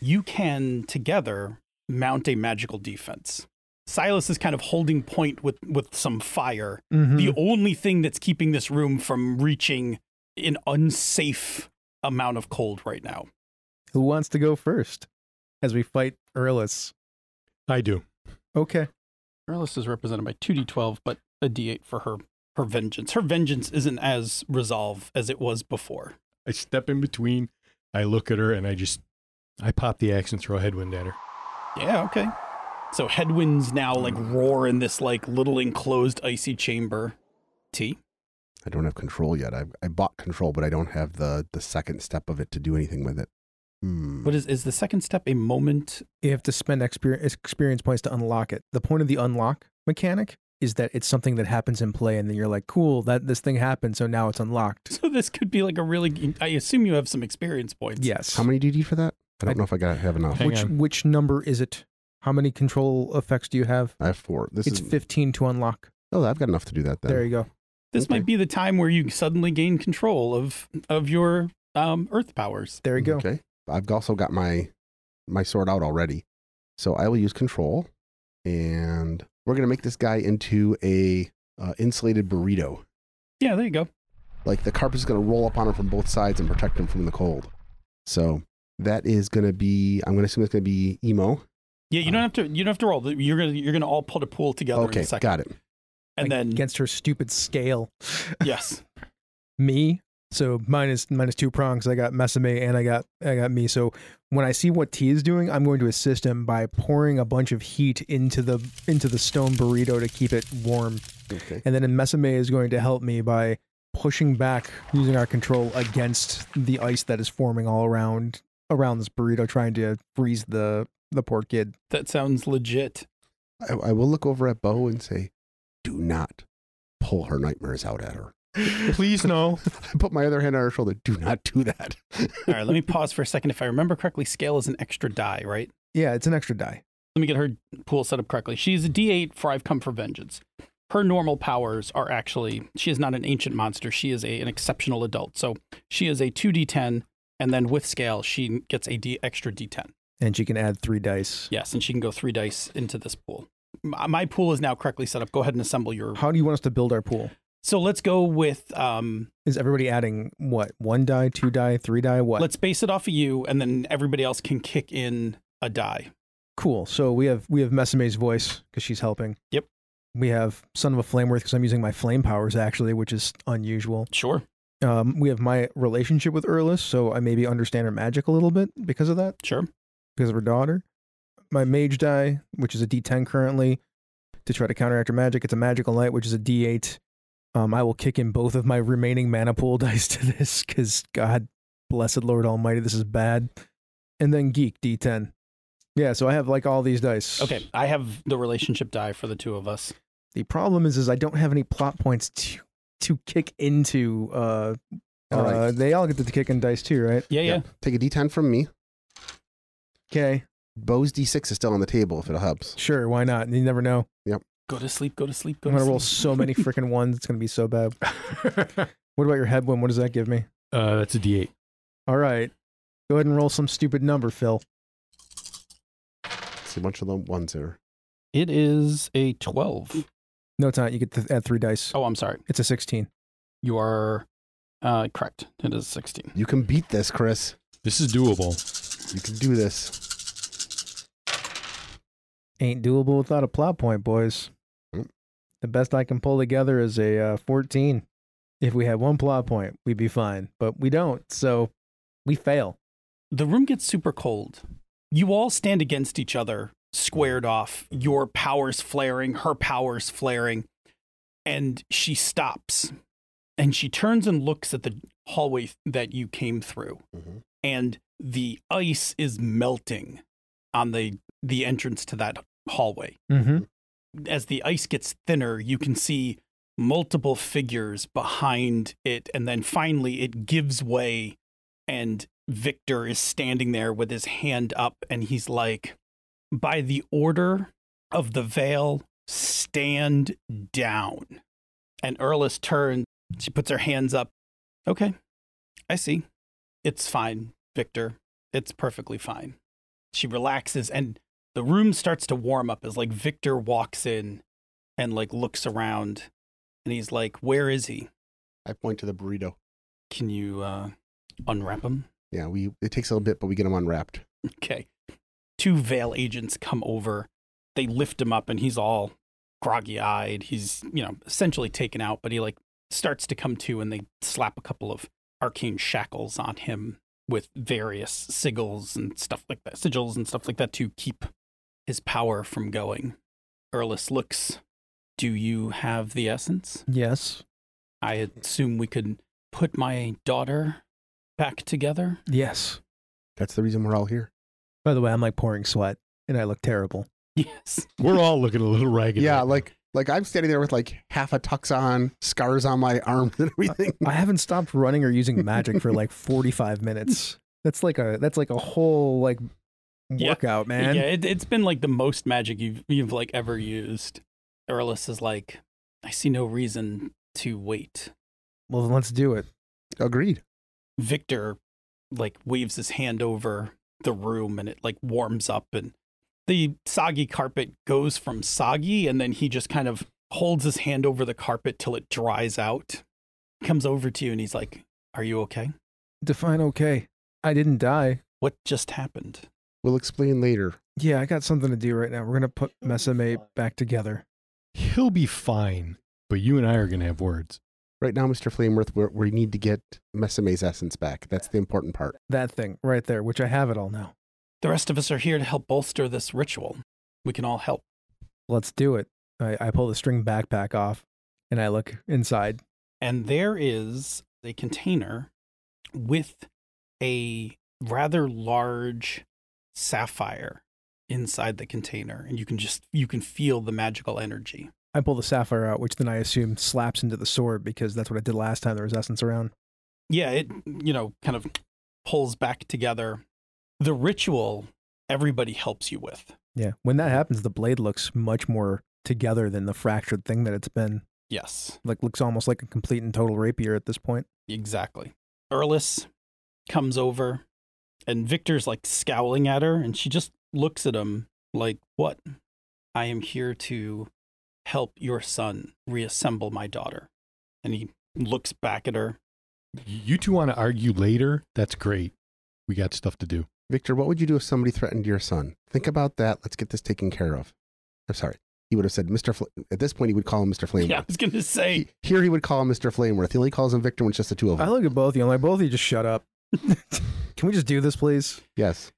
Speaker 6: You can together mount a magical defense. Silas is kind of holding point with, with some fire.
Speaker 2: Mm-hmm.
Speaker 6: The only thing that's keeping this room from reaching an unsafe amount of cold right now.
Speaker 2: Who wants to go first as we fight Erlis?
Speaker 4: I do.
Speaker 2: Okay.
Speaker 6: Erlis is represented by 2d12, but a d8 for her her vengeance. Her vengeance isn't as resolve as it was before.
Speaker 4: I step in between. I look at her and I just, I pop the axe and throw a headwind at her.
Speaker 6: Yeah, okay. So headwinds now like roar in this like little enclosed icy chamber. T.
Speaker 1: I don't have control yet. I, I bought control, but I don't have the the second step of it to do anything with it. Hmm.
Speaker 6: What is is the second step a moment?
Speaker 2: You have to spend exper- experience points to unlock it. The point of the unlock mechanic is that it's something that happens in play, and then you're like, cool, that this thing happened, so now it's unlocked.
Speaker 6: So this could be like a really I assume you have some experience points.
Speaker 2: Yes.
Speaker 1: How many do you need for that? I don't
Speaker 2: I-
Speaker 1: know if I got have enough.
Speaker 4: Hang
Speaker 2: which
Speaker 4: on.
Speaker 2: which number is it? How many control effects do you have?
Speaker 1: I have four. This
Speaker 2: it's
Speaker 1: is
Speaker 2: 15 to unlock.
Speaker 1: oh, I've got enough to do that. Then
Speaker 2: There you go.
Speaker 6: This
Speaker 1: Okay.
Speaker 6: might be the time where you suddenly gain control of of your um earth powers.
Speaker 2: There you go.
Speaker 1: Okay. I've also got my my sword out already. So I will use control and we're going to make this guy into a uh, insulated burrito.
Speaker 6: Yeah, there you go.
Speaker 1: Like the carpet is going to roll up on him from both sides and protect him from the cold. So that is going to be I'm going to assume it's going to be emo.
Speaker 6: Yeah, you don't have to you don't have to roll. You're going to you're going to all put a pool together in
Speaker 1: okay,
Speaker 6: a second.
Speaker 1: got it.
Speaker 6: And
Speaker 2: Like,
Speaker 6: then
Speaker 2: against her stupid scale.
Speaker 6: yes.
Speaker 2: me. So minus minus two prongs. I got Mesame and I got I got me. So when I see what T is doing, I'm going to assist him by pouring a bunch of heat into the into the stone burrito to keep it warm.
Speaker 1: Okay.
Speaker 2: And then Mesame is going to help me by pushing back using our control against the ice that is forming all around around this burrito, trying to freeze the the poor kid.
Speaker 6: That sounds legit.
Speaker 1: I, I will look over at Bo and say, "Do not pull her nightmares out at her."
Speaker 4: Please no.
Speaker 1: I put my other hand on her shoulder. Do not do that.
Speaker 6: All right, let me pause for a second. If I remember correctly, scale is an extra die, right?
Speaker 2: Yeah, it's an extra die.
Speaker 6: Let me get her pool set up correctly. She's a D8 for I've Come for Vengeance. Her normal powers are actually, she is not an ancient monster. She is a, an exceptional adult. So she is a 2D10, and then with scale, she gets a D, extra D10.
Speaker 2: And she can add three dice.
Speaker 6: Yes, and she can go three uh, dice into this pool. My, my pool is now correctly set up. Go ahead and assemble your.
Speaker 2: How do you want us to build our pool?
Speaker 6: So let's go with um,
Speaker 2: Is everybody adding what? One die, two die, three die? What?
Speaker 6: let's base it off of you, and then everybody else can kick in a die.
Speaker 2: cool. So we have we have Mesame's voice because she's helping.
Speaker 6: Yep.
Speaker 2: We have Son of a Flameworth because I'm using my flame powers actually, which is unusual.
Speaker 6: Sure.
Speaker 2: Um, we have my relationship with Erlis, so I maybe understand her magic a little bit because of that,
Speaker 6: Sure.
Speaker 2: because of her daughter. My mage die, which is a D10 currently, to try to counteract her magic. It's a magical light, which is a D8. Um, I will kick in both of my remaining mana pool dice to this because God, blessed Lord Almighty, this is bad. And then geek D10. Yeah, so I have like all these dice.
Speaker 6: Okay. I have the relationship die for the two of us.
Speaker 2: The problem is, is I don't have any plot points to to kick into. Uh,
Speaker 1: All right.
Speaker 2: uh, they all get to kick in dice too, right?
Speaker 6: Yeah. Yeah.
Speaker 1: Yep. Take a D10 from me.
Speaker 2: Okay.
Speaker 1: Bo's D6 is still on the table if it helps.
Speaker 2: Sure, why not? You never know.
Speaker 6: Go to sleep. Go to sleep. Go
Speaker 2: I'm
Speaker 6: to
Speaker 2: gonna roll
Speaker 6: sleep.
Speaker 2: so many freaking ones. It's gonna be so bad. What about your head one? What does that give me?
Speaker 4: Uh, that's a D8.
Speaker 2: All right, go ahead and roll some stupid number, Phil.
Speaker 1: It's a bunch of the ones there.
Speaker 6: It is a twelve.
Speaker 2: No time. You get to add three dice.
Speaker 6: Oh, I'm sorry.
Speaker 2: It's a sixteen.
Speaker 6: You are uh, correct. It is sixteen.
Speaker 1: You can beat this, Chris.
Speaker 4: This is doable.
Speaker 1: You can do this.
Speaker 2: Ain't doable without a plot point, boys.
Speaker 1: Mm.
Speaker 2: The best I can pull together is a uh, fourteen. If we had one plot point, we'd be fine, but we don't, so we fail.
Speaker 6: The room gets super cold. You all stand against each other, squared off, your powers flaring, her powers flaring, and she stops. And she turns and looks at the hallway that you came through,
Speaker 1: Mhm.
Speaker 6: and the ice is melting on the the entrance to that hallway.
Speaker 2: Mm-hmm.
Speaker 6: As the ice gets thinner, you can see multiple figures behind it, and then finally it gives way and Victor is standing there with his hand up and he's like, By the order of the veil, stand down. And Erlis turns. She puts her hands up. Okay, I see. It's fine, Victor. It's perfectly fine. She relaxes and the room starts to warm up as like Victor walks in and like looks around and he's like, Where is he?
Speaker 1: I point to the burrito.
Speaker 6: Can you uh, unwrap him?
Speaker 1: Yeah, we it takes a little bit, but we get them unwrapped.
Speaker 6: Okay. Two Veil agents come over. They lift him up, and he's all groggy eyed. He's, you know, essentially taken out, but he like starts to come to, and they slap a couple of arcane shackles on him with various sigils and stuff like that, sigils and stuff like that to keep his power from going. Erlis looks, Do you have the essence?
Speaker 2: Yes.
Speaker 6: I assume we could put my daughter back together.
Speaker 2: Yes.
Speaker 1: That's the reason we're all here.
Speaker 2: By the way, I'm like pouring sweat, and I look terrible.
Speaker 6: Yes.
Speaker 4: We're all looking a little ragged.
Speaker 1: yeah,
Speaker 4: right now.
Speaker 1: like like I'm standing there with like half a tux on, scars on my arms and everything.
Speaker 2: I haven't stopped running or using magic for like 45 minutes. That's like a that's like a whole like
Speaker 6: Yeah.
Speaker 2: workout, man.
Speaker 6: Yeah, it, it's been like the most magic you've you've like ever used. Erlis is like, I see no reason to wait.
Speaker 2: Well, then let's do it.
Speaker 1: Agreed.
Speaker 6: Victor like waves his hand over the room and it like warms up and the soggy carpet goes from soggy and then he just kind of holds his hand over the carpet till it dries out. Comes over to you and he's like, Are you okay?
Speaker 2: Define okay. I didn't die.
Speaker 6: What just happened?
Speaker 1: We'll explain later.
Speaker 2: Yeah, I got something to do right now. We're gonna put Mesame back together.
Speaker 4: he'll be fine, but you and I are going to have words.
Speaker 1: Right now, Mr. Flameworth, we're, we need to get Mesame's essence back. That's the important part.
Speaker 2: That thing right there, which I have it all now.
Speaker 6: The rest of us are here to help bolster this ritual. We can all help.
Speaker 2: Let's do it. I, I pull the string backpack off, and I look inside.
Speaker 6: and there is a container with a rather large sapphire inside the container and you can just you can feel the magical energy
Speaker 2: I pull the sapphire out, which then I assume slaps into the sword because that's what I did last time there was essence around.
Speaker 6: yeah it you know kind of pulls back together the ritual everybody helps you with
Speaker 2: Yeah. When that happens, the blade looks much more together than the fractured thing that it's been.
Speaker 6: yes
Speaker 2: Like looks almost like a complete and total rapier at this point.
Speaker 6: exactly erlis comes over and victor's like scowling at her and she just looks at him like what I am here to help your son reassemble my daughter. and he looks back at her.
Speaker 4: You two want to argue later? That's great. We got stuff to do.
Speaker 1: Victor, what would you do if somebody threatened your son? Think about that. Let's get this taken care of. I'm sorry. He would have said, Mr. Fl- at this point, he would call him Mr. Flameworth.
Speaker 6: Yeah, I was gonna say
Speaker 1: He- here he would call him Mr. Flameworth. He only calls him Victor when it's just the two of them.
Speaker 2: I look at both of you. I'm like, both of you just shut up. Can we just do this, please?
Speaker 1: yes.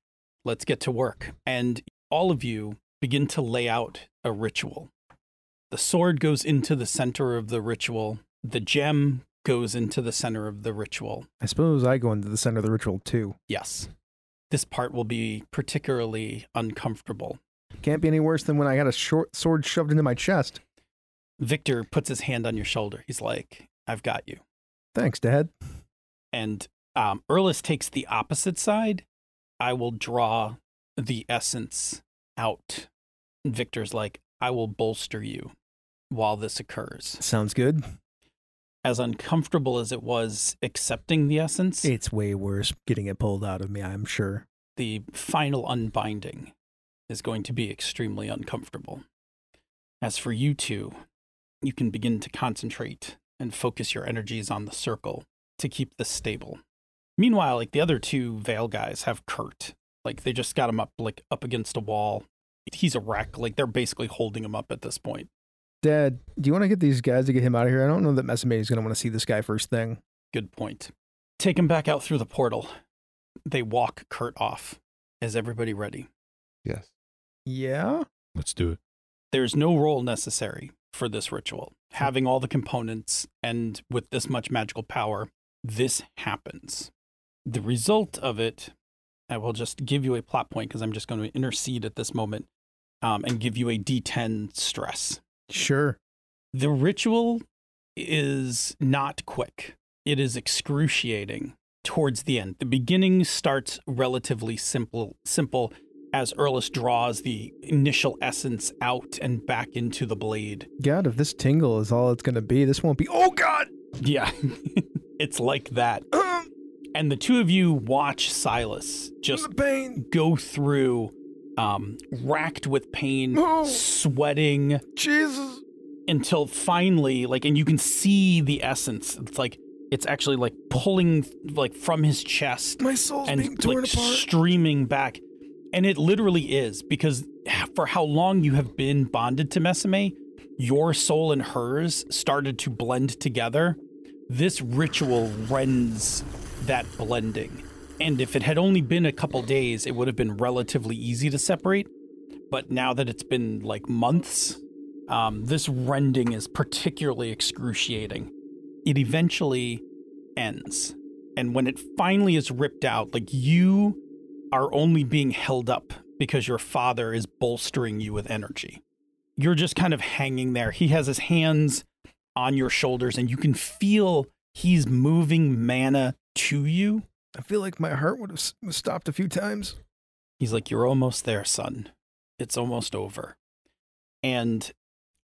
Speaker 6: let's get to work. And all of you begin to lay out a ritual. The sword goes into the center of the ritual, the gem goes into the center of the ritual.
Speaker 2: I suppose I go into the center of the ritual too.
Speaker 6: Yes, this part will be particularly uncomfortable.
Speaker 2: Can't be any worse than when I got a short sword shoved into my chest.
Speaker 6: Victor puts his hand on your shoulder. He's like, I've got you.
Speaker 2: Thanks, Dad.
Speaker 6: And um, Erlis takes the opposite side. I will draw the essence out. And Victor's like, I will bolster you while this occurs.
Speaker 2: Sounds good.
Speaker 6: As uncomfortable as it was accepting the essence,
Speaker 2: It's way worse getting it pulled out of me, I'm sure.
Speaker 6: the final unbinding is going to be extremely uncomfortable. As for you two, you can begin to concentrate and focus your energies on the circle to keep this stable. Meanwhile, like the other two Veil guys have Kurt. Like they just got him up like up against a wall. He's a wreck. Like they're basically holding him up at this point.
Speaker 2: Dad, do you want to get these guys to get him out of here? I don't know that Mesame is going to want to see this guy first thing.
Speaker 6: Good point. Take him back out through the portal. They walk Kurt off. Is everybody ready?
Speaker 1: Yes.
Speaker 2: Yeah.
Speaker 4: Let's do it.
Speaker 6: there's no role necessary for this ritual. Having all the components and with this much magical power, this happens. The result of it, I will just give you a plot point because I'm just going to intercede at this moment um, and give you a D10 stress.
Speaker 2: Sure.
Speaker 6: The ritual is not quick, it is excruciating towards the end. The beginning starts relatively simple, simple as Erlis draws the initial essence out and back into the blade.
Speaker 2: God, if this tingle is all it's going to be, this won't be. Oh, God!
Speaker 6: Yeah, it's like that. And the two of you watch Silas just
Speaker 2: the pain.
Speaker 6: go through, um, racked with pain,
Speaker 2: No.
Speaker 6: sweating,
Speaker 2: Jesus.
Speaker 6: until finally like and you can see the essence it's like it's actually like pulling like from his chest
Speaker 2: My soul's
Speaker 6: and like streaming back and it literally is because for how long you have been bonded to Mesame your soul and hers started to blend together this ritual rends that blending and if it had only been a couple days it would have been relatively easy to separate but now that it's been like months um, this rending is particularly excruciating. It eventually ends. And when it finally is ripped out, like you are only being held up because your father is bolstering you with energy. You're just kind of hanging there. He has his hands on your shoulders, and you can feel he's moving mana to you.
Speaker 2: I feel like my heart would have s- was stopped a few times.
Speaker 6: He's like, You're almost there, son. It's almost over. And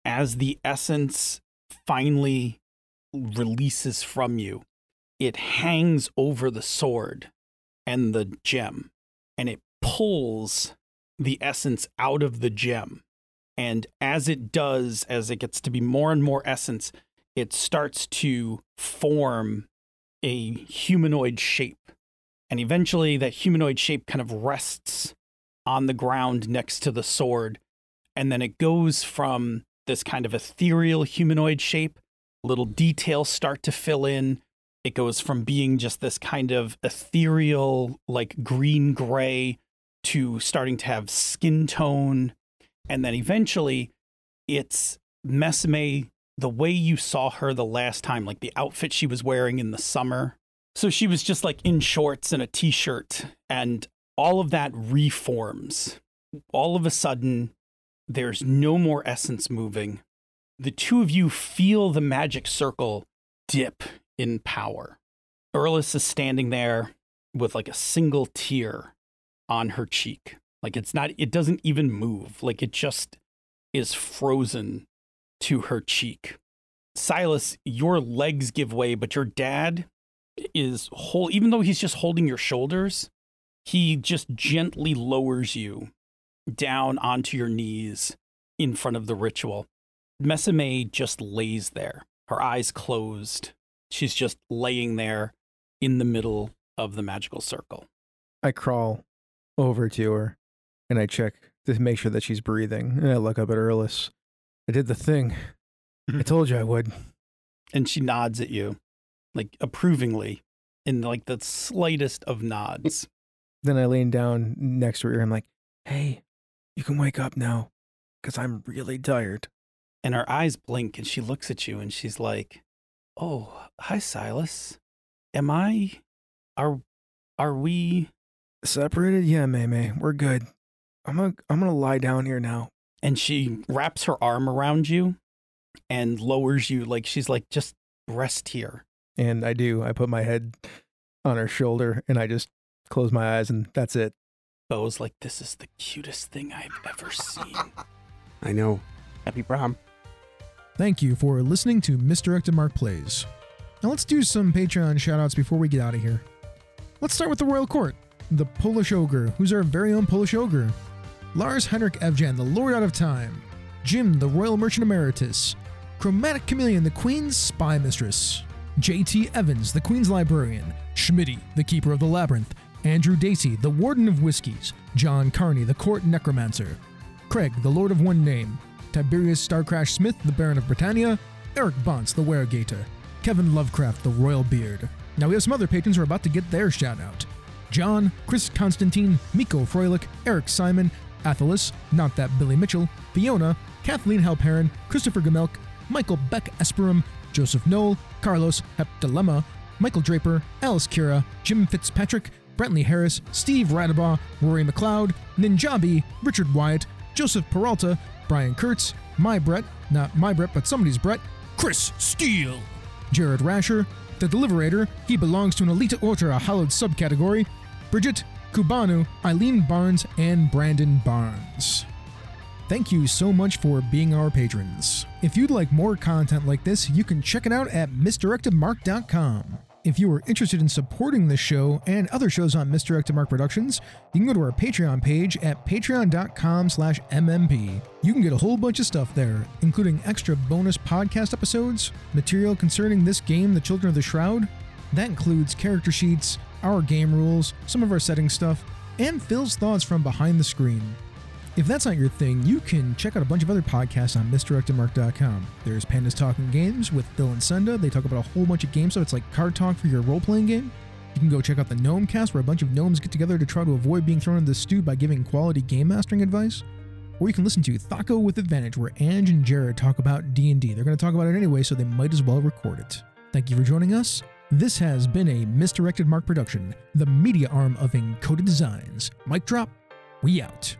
Speaker 6: as the essence finally releases from you, it hangs over the sword and the gem, and it pulls the essence out of the gem. And as it does, as it gets to be more and more essence, it starts to form a humanoid shape. And eventually, that humanoid shape kind of rests on the ground next to the sword. And then it goes from this kind of ethereal humanoid shape, little details start to fill in. It goes from being just this kind of ethereal, like green gray, to starting to have skin tone. And then eventually, it's Mesme, the way you saw her the last time, like the outfit she was wearing in the summer. So she was just like in shorts and a t shirt, and all of that reforms. All of a sudden, there's no more essence moving. The two of you feel the magic circle dip in power. Erlis is standing there with like a single tear on her cheek. Like it's not, it doesn't even move. Like it just is frozen to her cheek. Silas, your legs give way, but your dad is whole even though he's just holding your shoulders he just gently lowers you down onto your knees in front of the ritual mesame just lays there her eyes closed. She's just laying there in the middle of the magical circle.
Speaker 2: I crawl over to her and I check to make sure that she's breathing. And I look up at Erlis. I did the thing. I told you I would.
Speaker 6: And she nods at you, like approvingly, in like the slightest of nods.
Speaker 2: Then I lean down next to her and I'm like, hey, you can wake up now because I'm really tired.
Speaker 6: and her eyes blink and she looks at you and she's like, "Oh, hi Silas. Am I are are we?"
Speaker 2: Separated? Yeah, May May. We're good. I'm gonna, I'm gonna lie down here now.
Speaker 6: And she wraps her arm around you and lowers you like she's like, "Just rest here."
Speaker 2: And I do. I put my head on her shoulder and I just close my eyes and that's it.
Speaker 6: Bo's like, "This is the cutest thing I've ever seen."
Speaker 7: I know. Happy prom.
Speaker 8: Thank you for listening to Misdirected Mark Plays. Now let's do some Patreon shoutouts before we get out of here. Let's start with the Royal Court, the Polish Ogre, who's our very own Polish Ogre, Lars Henrik Evjan, the Lord Out of Time, Jim, the Royal Merchant Emeritus, Chromatic Chameleon, the Queen's Spy Mistress, J.T. Evans, the Queen's Librarian, Schmitty, the Keeper of the Labyrinth, Andrew Dacey, the Warden of Whiskies, John Carney, the Court Necromancer, Craig, the Lord of One Name, Tiberius Starcrash Smith, the Baron of Britannia, Eric Bontz, the Weregator, Kevin Lovecraft, the Royal Beard. Now we have some other patrons who are about to get their shout out. John, Chris Constantine, Miko Froelich, Eric Simon, Athelis, not that Billy Mitchell, Fiona, Kathleen Halperin, Christopher Gamelk, Michael Beck Esperum, Joseph Knoll, Carlos Heptilema, Michael Draper, Alice Kira, Jim Fitzpatrick, Brentley Harris, Steve Radabaugh, Rory McLeod, Ninjabi, Richard Wyatt, Joseph Peralta, Brian Kurtz, My Brett, not my Brett, but somebody's Brett, Chris Steele, Jared Rasher, The Deliverator, he belongs to an elite order, a hallowed subcategory, Bridget, Kubanu, Eileen Barnes, and Brandon Barnes. Thank you so much for being our patrons. If you'd like more content like this, you can check it out at misdirectedmark.com. If you are interested in supporting this show and other shows on Misdirected Mark Productions, you can go to our Patreon page at patreon.com slash mmp. You can get a whole bunch of stuff there, including extra bonus podcast episodes, material concerning this game, The Children of the Shroud. That includes character sheets, our game rules, some of our setting stuff, and Phil's thoughts from behind the screen. If that's not your thing, you can check out a bunch of other podcasts on misdirectedmark.com. There's Pandas Talking Games with Phil and Senda. They talk about a whole bunch of games, so it's like card talk for your role playing game. You can go check out the Gnome Cast, where a bunch of gnomes get together to try to avoid being thrown into the stew by giving quality game mastering advice. Or you can listen to Thaco with Advantage, where Ange and Jared talk about D&D. They're going to talk about it anyway, so they might as well record it. Thank you for joining us. This has been a Misdirected Mark production, the media arm of Encoded Designs. Mic drop. We out.